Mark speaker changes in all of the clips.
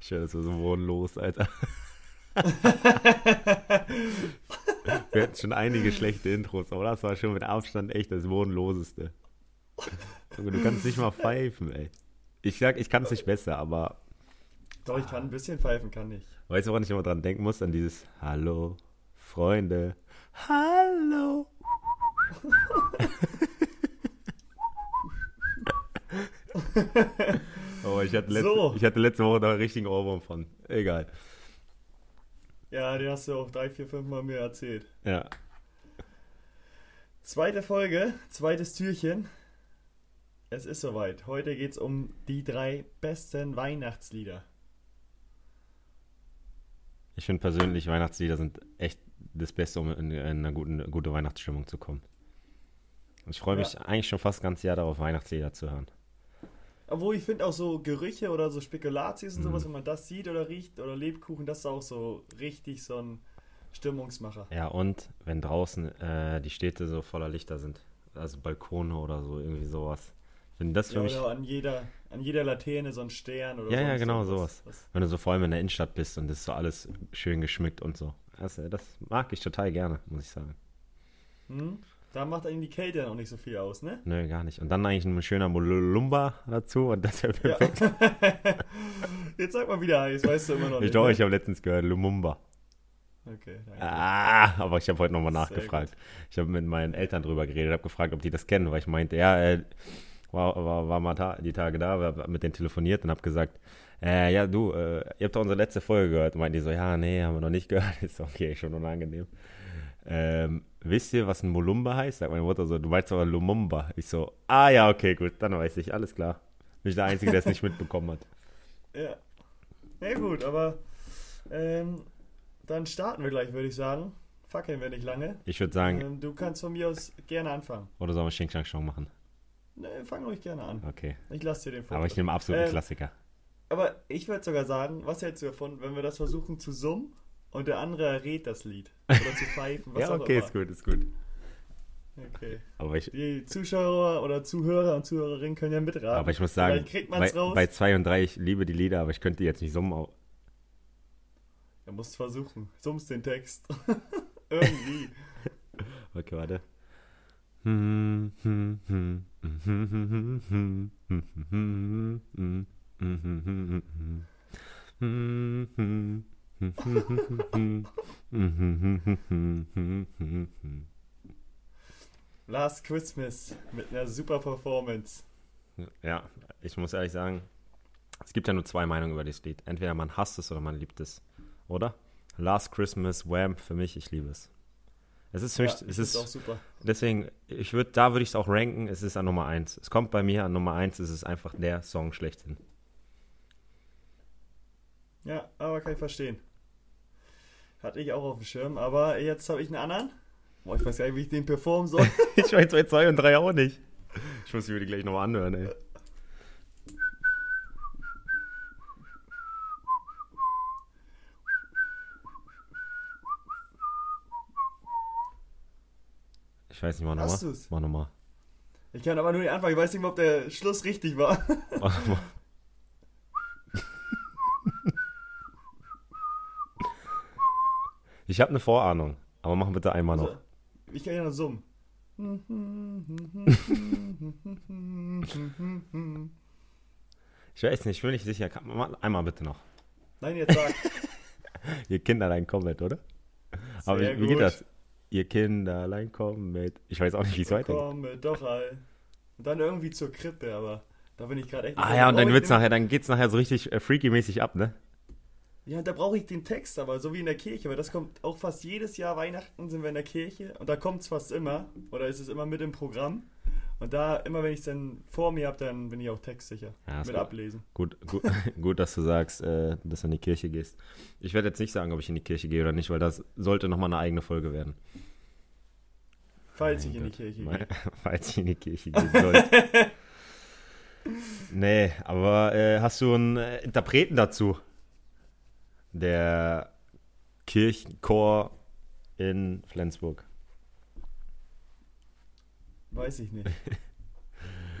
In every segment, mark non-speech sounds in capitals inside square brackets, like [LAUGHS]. Speaker 1: Schön, dass wir so wurden los, Alter. wir hatten schon einige schlechte Intros, aber das war schon mit Abstand echt das Bodenloseste. Junge, du kannst nicht mal pfeifen, ey. Ich sag, ich kann es nicht besser, aber
Speaker 2: Doch, ich kann ein bisschen pfeifen, kann ich.
Speaker 1: weißt du, woran ich immer dran denken muss? An dieses Hallo, Freunde. Hallo. oh, ich hatte, letzte,
Speaker 2: So.
Speaker 1: ich hatte letzte Woche da einen richtigen Ohrwurm von. Egal.
Speaker 2: Ja, den hast du auch drei, vier, fünf Mal mir erzählt.
Speaker 1: Ja.
Speaker 2: Zweite Folge, zweites Türchen. Es ist soweit. Heute geht's um die drei besten Weihnachtslieder.
Speaker 1: Ich finde persönlich, Weihnachtslieder sind echt das Beste, um in, in eine guten, gute Weihnachtsstimmung zu kommen. Und ich freue mich eigentlich schon fast ganz Jahr darauf, Weihnachtslieder zu hören.
Speaker 2: Obwohl ich finde auch so Gerüche oder so Spekulatius und
Speaker 1: Mhm.
Speaker 2: sowas, wenn man das sieht oder riecht oder Lebkuchen, das ist auch so richtig so ein Stimmungsmacher.
Speaker 1: Ja, und wenn draußen äh, die Städte so voller Lichter sind, also Balkone oder so, irgendwie sowas. Wenn das für
Speaker 2: Ja,
Speaker 1: mich,
Speaker 2: oder an jeder, an jeder Laterne so ein Stern oder
Speaker 1: Ja, ja,
Speaker 2: sonst
Speaker 1: genau,
Speaker 2: irgendwas.
Speaker 1: sowas.
Speaker 2: Das-
Speaker 1: wenn du so vor allem in der Innenstadt bist und das so alles schön geschmückt und so. Also, das mag ich total gerne, muss ich sagen.
Speaker 2: Hm? Da macht einem die Kälte dann auch nicht so viel aus, ne?
Speaker 1: Nö, gar nicht. Und dann eigentlich ein schöner Molumba dazu und [LAUGHS] das wäre
Speaker 2: Ja.
Speaker 1: perfekt.
Speaker 2: Jetzt sag mal wieder heiß, weißt du immer noch
Speaker 1: ich
Speaker 2: nicht.
Speaker 1: glaube,
Speaker 2: ne?
Speaker 1: ich habe letztens gehört, Lumumba.
Speaker 2: Okay, danke.
Speaker 1: Ah, aber ich habe heute nochmal
Speaker 2: Sehr
Speaker 1: nachgefragt. Ich habe mit meinen Eltern drüber geredet, habe gefragt, ob die das kennen, weil ich meinte, ja, äh, war, war, war mal ta die Tage da, hab mit denen telefoniert und habe gesagt, äh, ja, du, äh, ihr habt doch unsere letzte Folge gehört. Meinten die so, ja, nee, haben wir noch nicht gehört. [LAUGHS] Ist okay, schon unangenehm. Ähm, wisst ihr, was ein Molumba heißt? Sagt meine Mutter so, du meinst aber Lumumba. Ich so, ah ja, okay, gut, dann weiß ich, alles klar. Bin ich der Einzige, der es nicht mitbekommen hat.
Speaker 2: Ja. Na gut, aber ähm, dann starten wir gleich, würde ich sagen. Fackeln wir nicht lange.
Speaker 1: Ich würde sagen,
Speaker 2: Ähm, du kannst von mir aus gerne anfangen.
Speaker 1: oder sollen wir Xing Shang Shong machen?
Speaker 2: Ne, fang ruhig gerne an.
Speaker 1: Okay.
Speaker 2: Ich lasse dir den vor.
Speaker 1: Aber ich nehme absoluten
Speaker 2: Ähm,
Speaker 1: Klassiker.
Speaker 2: Aber ich würde sogar sagen, was hältst du davon, wenn wir das versuchen zu summen und der andere rät das Lied? Oder zu
Speaker 1: [LAUGHS]
Speaker 2: pfeifen, was
Speaker 1: Ja,
Speaker 2: auch
Speaker 1: okay,
Speaker 2: immer.
Speaker 1: ist gut, ist gut.
Speaker 2: Okay.
Speaker 1: Aber ich,
Speaker 2: Die Zuschauer oder Zuhörer und Zuhörerinnen können ja mitraten.
Speaker 1: aber ich muss sagen,
Speaker 2: Vielleicht kriegt man
Speaker 1: bei,
Speaker 2: es raus.
Speaker 1: bei 2 und 3, ich liebe die Lieder, aber ich könnte die jetzt nicht summen. au-
Speaker 2: Er muss versuchen. Summst den Text. [LAUGHS] Irgendwie.
Speaker 1: Okay,
Speaker 2: [LAUGHS]
Speaker 1: warte. [LAUGHS] Hm.
Speaker 2: Last Christmas mit einer super Performance.
Speaker 1: Ja, ich muss ehrlich sagen, es gibt ja nur zwei Meinungen über dieses Lied. Entweder man hasst es oder man liebt es, oder? Last Christmas, Wham, für mich, ich liebe es. Es ist für mich,
Speaker 2: Ja,
Speaker 1: es
Speaker 2: ich find's
Speaker 1: ist,
Speaker 2: auch super.
Speaker 1: deswegen, ich würde, da würde ich es auch ranken, es ist an Nummer 1. Es kommt bei mir an Nummer 1, es ist einfach der Song schlechthin.
Speaker 2: Ja, aber kann ich verstehen. Hatte ich auch auf dem Schirm, aber jetzt habe ich einen anderen. Boah, ich weiß gar nicht, wie ich den performen soll.
Speaker 1: [LAUGHS] ich weiß bei 2 und 3 auch nicht. Ich muss mir die gleich nochmal anhören, ey. Ich weiß nicht, mach nochmal.
Speaker 2: Hast du's?
Speaker 1: Mach
Speaker 2: [LAUGHS]
Speaker 1: nochmal.
Speaker 2: Ich kann aber nur den Anfang, ich weiß nicht mehr, ob der Schluss richtig war.
Speaker 1: Mach nochmal. Ich habe eine Vorahnung, aber machen bitte einmal noch.
Speaker 2: Ich kann ja noch summen.
Speaker 1: Ich weiß nicht, ich bin nicht sicher. Kann- mach Einmal bitte noch.
Speaker 2: Nein, jetzt sag.
Speaker 1: Ihr Kinderlein kommt mit, oder? [LAUGHS] Aber
Speaker 2: Sehr
Speaker 1: wie geht
Speaker 2: gut.
Speaker 1: das? Ihr Kinderlein kommt mit. Ich weiß auch nicht, wie es weitergeht.
Speaker 2: Komme doch all. Und dann irgendwie zur Krippe, aber da bin ich gerade echt.
Speaker 1: Ah ja, und dann
Speaker 2: Oh,
Speaker 1: wird's
Speaker 2: ich nehm-
Speaker 1: nachher, dann geht's nachher so richtig äh, freaky-mäßig ab, ne?
Speaker 2: Ja, da brauche ich den Text, aber so wie in der Kirche, weil das kommt auch fast jedes Jahr Weihnachten sind wir in der Kirche und da kommt es fast immer oder ist es immer mit im Programm. Und da, immer wenn ich es dann vor mir habe, dann bin ich auch textsicher.
Speaker 1: Ja, ist
Speaker 2: mit
Speaker 1: gut.
Speaker 2: ablesen.
Speaker 1: Gut, [LAUGHS] gut, gut, dass du sagst, äh, dass du in die Kirche gehst. Ich werde jetzt nicht sagen, ob ich in die Kirche gehe oder nicht, weil das sollte nochmal eine eigene Folge werden.
Speaker 2: Falls ich in
Speaker 1: Mein
Speaker 2: die
Speaker 1: Gott.
Speaker 2: Kirche
Speaker 1: Mein-
Speaker 2: gehe.
Speaker 1: [LAUGHS] Falls ich in die Kirche gehen [LAUGHS] sollte. nee, aber äh, hast du einen äh, Interpreten dazu? Der Kirchenchor in Flensburg. [LAUGHS]
Speaker 2: Weiß ich nicht.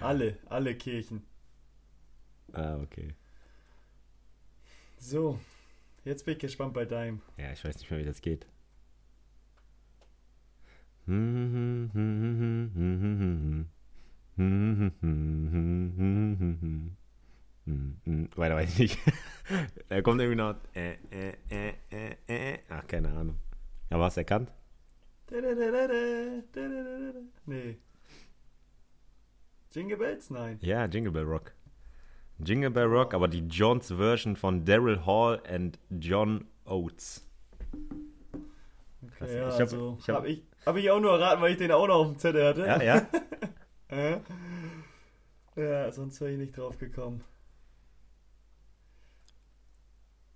Speaker 2: Alle, alle Kirchen.
Speaker 1: Ah, okay.
Speaker 2: So, jetzt bin ich gespannt bei deinem.
Speaker 1: Ja, ich weiß nicht mehr, wie das geht. Weiter weiß ich nicht. [LAUGHS] da kommt irgendwie noch. Äh, äh, äh, äh, äh. Ach, keine Ahnung. Aber hast du erkannt?
Speaker 2: Dadadadada, dadadadada. Nee. Jingle Bells? Nein.
Speaker 1: Ja, Jingle Bell Rock. Jingle Bell Rock, aber die Johns Version von Daryl Hall and John Oates. Krass.
Speaker 2: Ja,
Speaker 1: Ich hab-
Speaker 2: also,
Speaker 1: ich hab-
Speaker 2: hab ich, hab ich auch nur erraten, weil ich den auch noch auf dem Zettel hatte.
Speaker 1: Ja, ja.
Speaker 2: Äh? Ja, sonst wäre ich nicht drauf gekommen.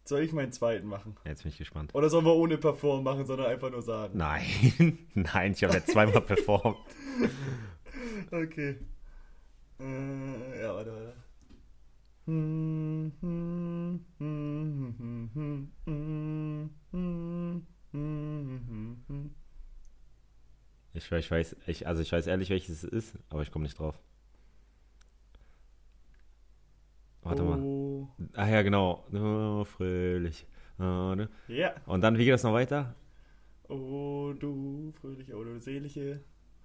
Speaker 2: Soll ich meinen zweiten machen?
Speaker 1: [LAUGHS] Jetzt bin ich gespannt.
Speaker 2: Oder sollen wir ohne Perform machen, sondern einfach nur sagen?
Speaker 1: Nein, [LAUGHS] nein, ich habe ja zweimal performt.
Speaker 2: Okay. Äh, ja, warte, warte. Hm,
Speaker 1: Ich, ich weiß, ich, also ich weiß ehrlich, welches es ist, aber ich komme nicht drauf. Warte mal.
Speaker 2: Oh.
Speaker 1: Ah ja, genau. Oh, fröhlich. Oh, ne?
Speaker 2: Ja.
Speaker 1: Und dann, wie geht das noch weiter?
Speaker 2: Oh, du fröhliche, oh, du selige.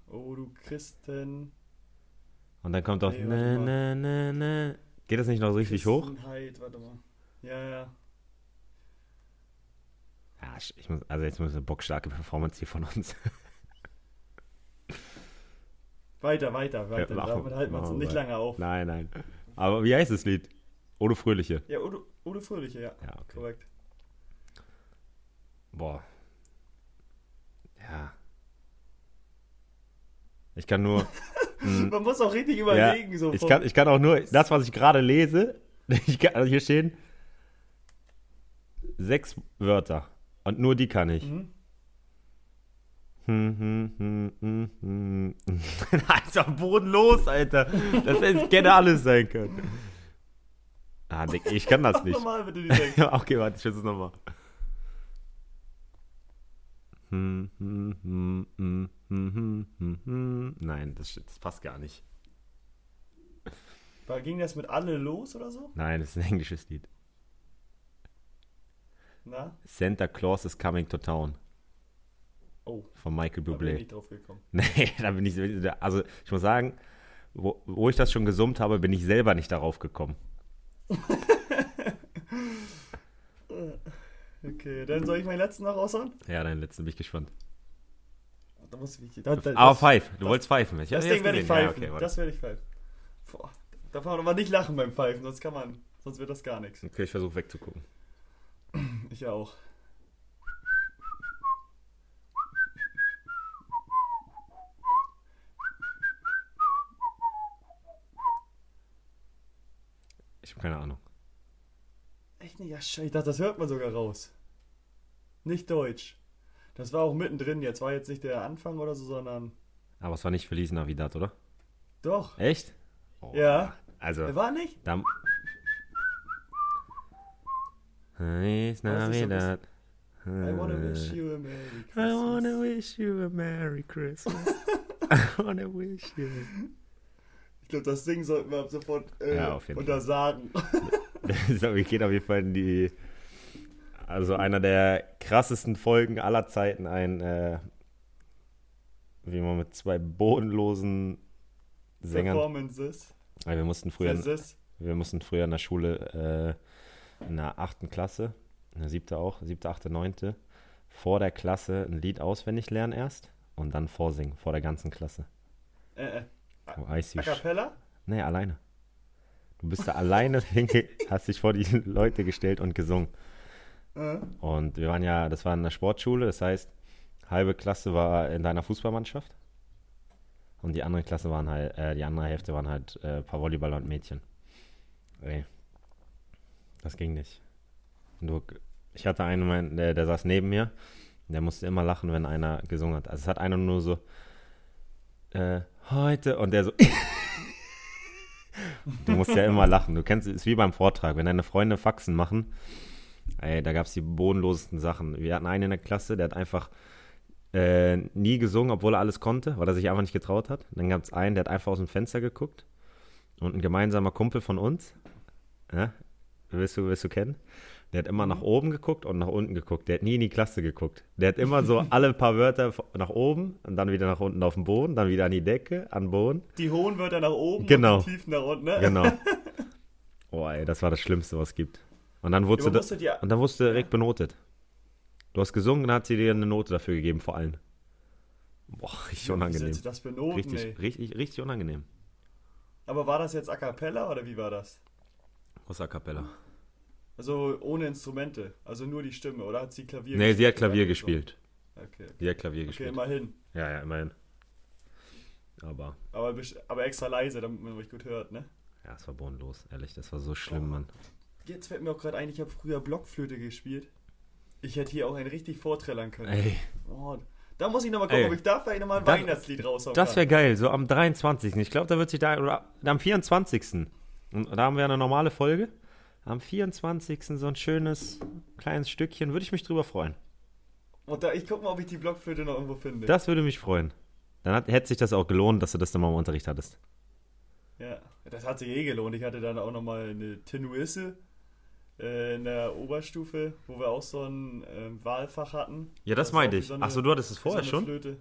Speaker 2: Oh, du Christen.
Speaker 1: Und dann kommt doch.
Speaker 2: Nee,
Speaker 1: ne,
Speaker 2: warte
Speaker 1: ne, ne, ne. Geht das nicht noch so richtig hoch?
Speaker 2: Christenheit, warte mal. Ja, ja.
Speaker 1: Ja, ich ich muss, also jetzt muss eine bockstarke Performance hier von uns. [LAUGHS]
Speaker 2: Weiter, weiter, weiter.
Speaker 1: machen-
Speaker 2: Damit halten wir uns
Speaker 1: machen
Speaker 2: nicht
Speaker 1: wir.
Speaker 2: lange auf.
Speaker 1: Nein, nein. Aber wie heißt das Lied? Oh, du Fröhliche.
Speaker 2: Ja, oh, du, oh, du fröhliche, ja.
Speaker 1: Ja, okay.
Speaker 2: Korrekt.
Speaker 1: Boah. Ja. Ich kann nur.
Speaker 2: Man muss auch richtig überlegen,
Speaker 1: ja,
Speaker 2: so
Speaker 1: ich,
Speaker 2: vom-
Speaker 1: kann, ich kann auch nur das, was ich gerade lese, [LAUGHS] ich kann, also hier stehen sechs Wörter und nur die kann ich.
Speaker 2: Mhm.
Speaker 1: Hm, hm, hm, hm, hm, [LAUGHS] hm. Alter, bodenlos, Alter. Das hätte gerne alles sein können. Ah, Dick, ich kann das
Speaker 2: Mach [LAUGHS]
Speaker 1: nicht.
Speaker 2: nochmal bitte die Sechs.
Speaker 1: okay, warte, ich versuch's es nochmal. Hm, hm, hm, hm, hm, hm, hm, hm. Nein, das, das passt gar nicht.
Speaker 2: War- Ging das mit alle los oder so?
Speaker 1: Nein, das ist ein englisches Lied.
Speaker 2: Na?
Speaker 1: Santa Claus is Coming to Town
Speaker 2: Oh,
Speaker 1: von Michael
Speaker 2: da bin ich
Speaker 1: Bublé.
Speaker 2: nicht drauf gekommen.
Speaker 1: [LAUGHS] Nee, da bin ich, also ich muss sagen, wo, wo ich das schon gesummt habe, bin ich selber nicht darauf gekommen.
Speaker 2: Okay, dann soll ich meinen letzten noch raushauen?
Speaker 1: Ja, deinen letzten bin ich gespannt.
Speaker 2: Da muss ich, da, da,
Speaker 1: Aber
Speaker 2: das-
Speaker 1: pfeif, du wolltest pfeifen. Ich
Speaker 2: Das
Speaker 1: hab
Speaker 2: Ding werde ich
Speaker 1: gesehen. Ja,
Speaker 2: pfeifen.
Speaker 1: okay, warte.
Speaker 2: das werde ich pfeifen. Boah, darf man aber nicht lachen beim Pfeifen, sonst kann man, sonst wird das gar nichts.
Speaker 1: okay, ich versuche wegzugucken.
Speaker 2: Ich auch.
Speaker 1: Ich habe keine Ahnung.
Speaker 2: Echt nicht? Ja, scheiße, ich dachte, das hört man sogar raus. Nicht deutsch. Das war auch mittendrin jetzt. War jetzt nicht der Anfang oder so, sondern.
Speaker 1: Aber es war nicht Feliz Navidad, oder?
Speaker 2: Doch.
Speaker 1: Echt? Oh,
Speaker 2: Ja.
Speaker 1: Also,
Speaker 2: War nicht?
Speaker 1: dann. Feliz
Speaker 2: Aber es ist so ein
Speaker 1: Navidad.
Speaker 2: I wanna wish you a Merry
Speaker 1: Äh. I wanna
Speaker 2: Christmas.
Speaker 1: wish you a Merry [LAUGHS] Christmas. I wanna wish you.
Speaker 2: Ich glaube, das Ding sollten wir ab sofort äh,
Speaker 1: Ja, auf jeden Fall.
Speaker 2: untersagen.
Speaker 1: so, wir gehen auf jeden Fall in die. Also einer der krassesten Folgen aller Zeiten ein, äh, wie man mit zwei bodenlosen [LAUGHS] Sängern.
Speaker 2: Performances.
Speaker 1: Weil wir mussten früher,
Speaker 2: Performances.
Speaker 1: wir mussten früher in der Schule äh, in der achten Klasse, in der siebte auch, siebte, achte, neunte, vor der Klasse ein Lied auswendig lernen erst und dann vorsingen vor der ganzen Klasse.
Speaker 2: Äh, äh.
Speaker 1: Oh, I see
Speaker 2: A cappella?
Speaker 1: Nee, alleine. Du bist da alleine [LAUGHS] hinge, hast dich vor die Leute gestellt und gesungen.
Speaker 2: Äh.
Speaker 1: Und wir waren ja, das war in der Sportschule, das heißt, halbe Klasse war in deiner Fußballmannschaft. Und die andere Klasse waren halt, äh, die andere Hälfte waren halt äh, ein paar Volleyballer und Mädchen. Ey. Das ging nicht. Und du, ich hatte einen, mein- der, der saß neben mir, der musste immer lachen, wenn einer gesungen hat. Also es hat einer nur so, äh, heute, und der so, du musst ja immer lachen. Du kennst, ist wie beim Vortrag, wenn deine Freunde Faxen machen, Ey, da gab es die bodenlosesten Sachen. Wir hatten einen in der Klasse, der hat einfach äh, nie gesungen, obwohl er alles konnte, weil er sich einfach nicht getraut hat. Dann gab es einen, der hat einfach aus dem Fenster geguckt. Und ein gemeinsamer Kumpel von uns, Ja? Willst, du, willst du kennen? Der hat immer nach oben geguckt und nach unten geguckt. Der hat nie in die Klasse geguckt. Der hat immer so alle paar Wörter nach oben und dann wieder nach unten auf den Boden, dann wieder an die Decke, an den Boden.
Speaker 2: Die hohen Wörter nach oben
Speaker 1: Genau.
Speaker 2: und die tiefen nach unten, ne? [LAUGHS]
Speaker 1: Genau. Oh, ey, das war das Schlimmste, was es gibt. Und dann
Speaker 2: Ja,
Speaker 1: wurdest
Speaker 2: man
Speaker 1: du,
Speaker 2: musste die-
Speaker 1: da, und dann wurdest du direkt benotet. Du hast gesungen, dann hat sie dir eine Note dafür gegeben, vor allem. Boah, richtig
Speaker 2: Wie
Speaker 1: unangenehm.
Speaker 2: sollst du das benoten, ey?
Speaker 1: Richtig, richtig, richtig unangenehm.
Speaker 2: Aber war das jetzt a cappella oder wie war das?
Speaker 1: Aus A Cappella.
Speaker 2: Also ohne Instrumente, also nur die Stimme, oder hat sie Klavier
Speaker 1: Nee, sie hat
Speaker 2: oder
Speaker 1: Klavier
Speaker 2: so?
Speaker 1: gespielt.
Speaker 2: Okay, okay.
Speaker 1: Sie hat Klavier
Speaker 2: okay
Speaker 1: gespielt.
Speaker 2: immerhin.
Speaker 1: Ja, ja, immerhin. Aber,
Speaker 2: Aber, best- aber extra leise, damit man mich gut hört, ne?
Speaker 1: ja, es war bodenlos, ehrlich. Das war so schlimm, Mann.
Speaker 2: Jetzt fällt mir auch gerade ein, ich habe früher Blockflöte gespielt. Ich hätte hier auch einen richtig vorträllern können.
Speaker 1: Ey,
Speaker 2: Oh, da muss ich nochmal gucken,
Speaker 1: Ey.
Speaker 2: ob ich da vielleicht nochmal ein
Speaker 1: Das-
Speaker 2: Weihnachtslied raushauen
Speaker 1: das
Speaker 2: kann.
Speaker 1: wäre geil. So am 23. Ich glaube, da wird sich da, oder am 24. Und da haben wir eine normale Folge. Am 24. so ein schönes kleines Stückchen. Würde ich mich drüber freuen.
Speaker 2: Und da, ich guck mal, ob ich die Blockflöte noch irgendwo finde.
Speaker 1: Das würde mich freuen. Dann hat, hätte sich das auch gelohnt, dass du das dann mal im Unterricht hattest.
Speaker 2: Ja, das hat sich eh gelohnt. Ich hatte dann auch nochmal eine Tenuisse äh, in der Oberstufe, wo wir auch so ein ähm, Wahlfach hatten.
Speaker 1: Ja, das
Speaker 2: war
Speaker 1: meinte
Speaker 2: auch
Speaker 1: ich.
Speaker 2: wie eine-
Speaker 1: Ach so, du hattest es
Speaker 2: wie
Speaker 1: vorher
Speaker 2: so eine
Speaker 1: schon?
Speaker 2: Flöte.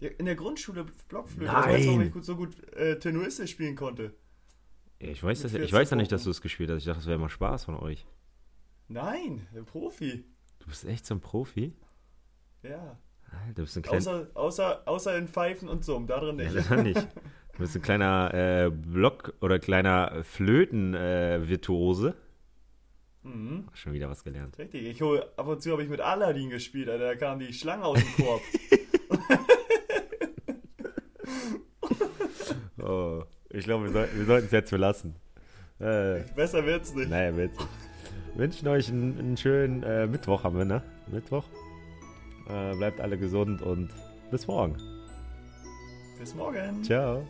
Speaker 2: Ja, in der Grundschule Blockflöte.
Speaker 1: Nein.
Speaker 2: Ich weiß nicht, ob ich gut, so gut äh, Tenuisse spielen konnte.
Speaker 1: Ja, Ich weiß, das,
Speaker 2: Mit
Speaker 1: ich
Speaker 2: 14
Speaker 1: weiß ja nicht, dass
Speaker 2: Punkten.
Speaker 1: du es gespielt hast. Ich dachte, das wäre immer Spaß von euch.
Speaker 2: Nein, der Profi.
Speaker 1: Du bist echt so ein Profi.
Speaker 2: Ja.
Speaker 1: Alter, du bist ein kleiner.
Speaker 2: Außer, außer, außer in Pfeifen und Summen, da drin
Speaker 1: Ja,
Speaker 2: nicht.
Speaker 1: leider nicht. Du bist ein kleiner äh, Block- oder kleiner Flöten-Virtuose. Äh, Virtuose.
Speaker 2: Mhm.
Speaker 1: Schon wieder was gelernt.
Speaker 2: Richtig, ich hol, ab und zu habe ich mit Aladdin gespielt, Alter, da kam die Schlange aus dem Korb.
Speaker 1: Oh, ich glaube, wir, sollten- wir sollten es jetzt verlassen. Äh,
Speaker 2: Besser wird's nicht.
Speaker 1: naja, Witz. Wünschen euch einen, einen schönen äh, Mittwoch haben wir, ne? Mittwoch. Äh, bleibt alle gesund und bis morgen.
Speaker 2: Bis morgen.
Speaker 1: Ciao.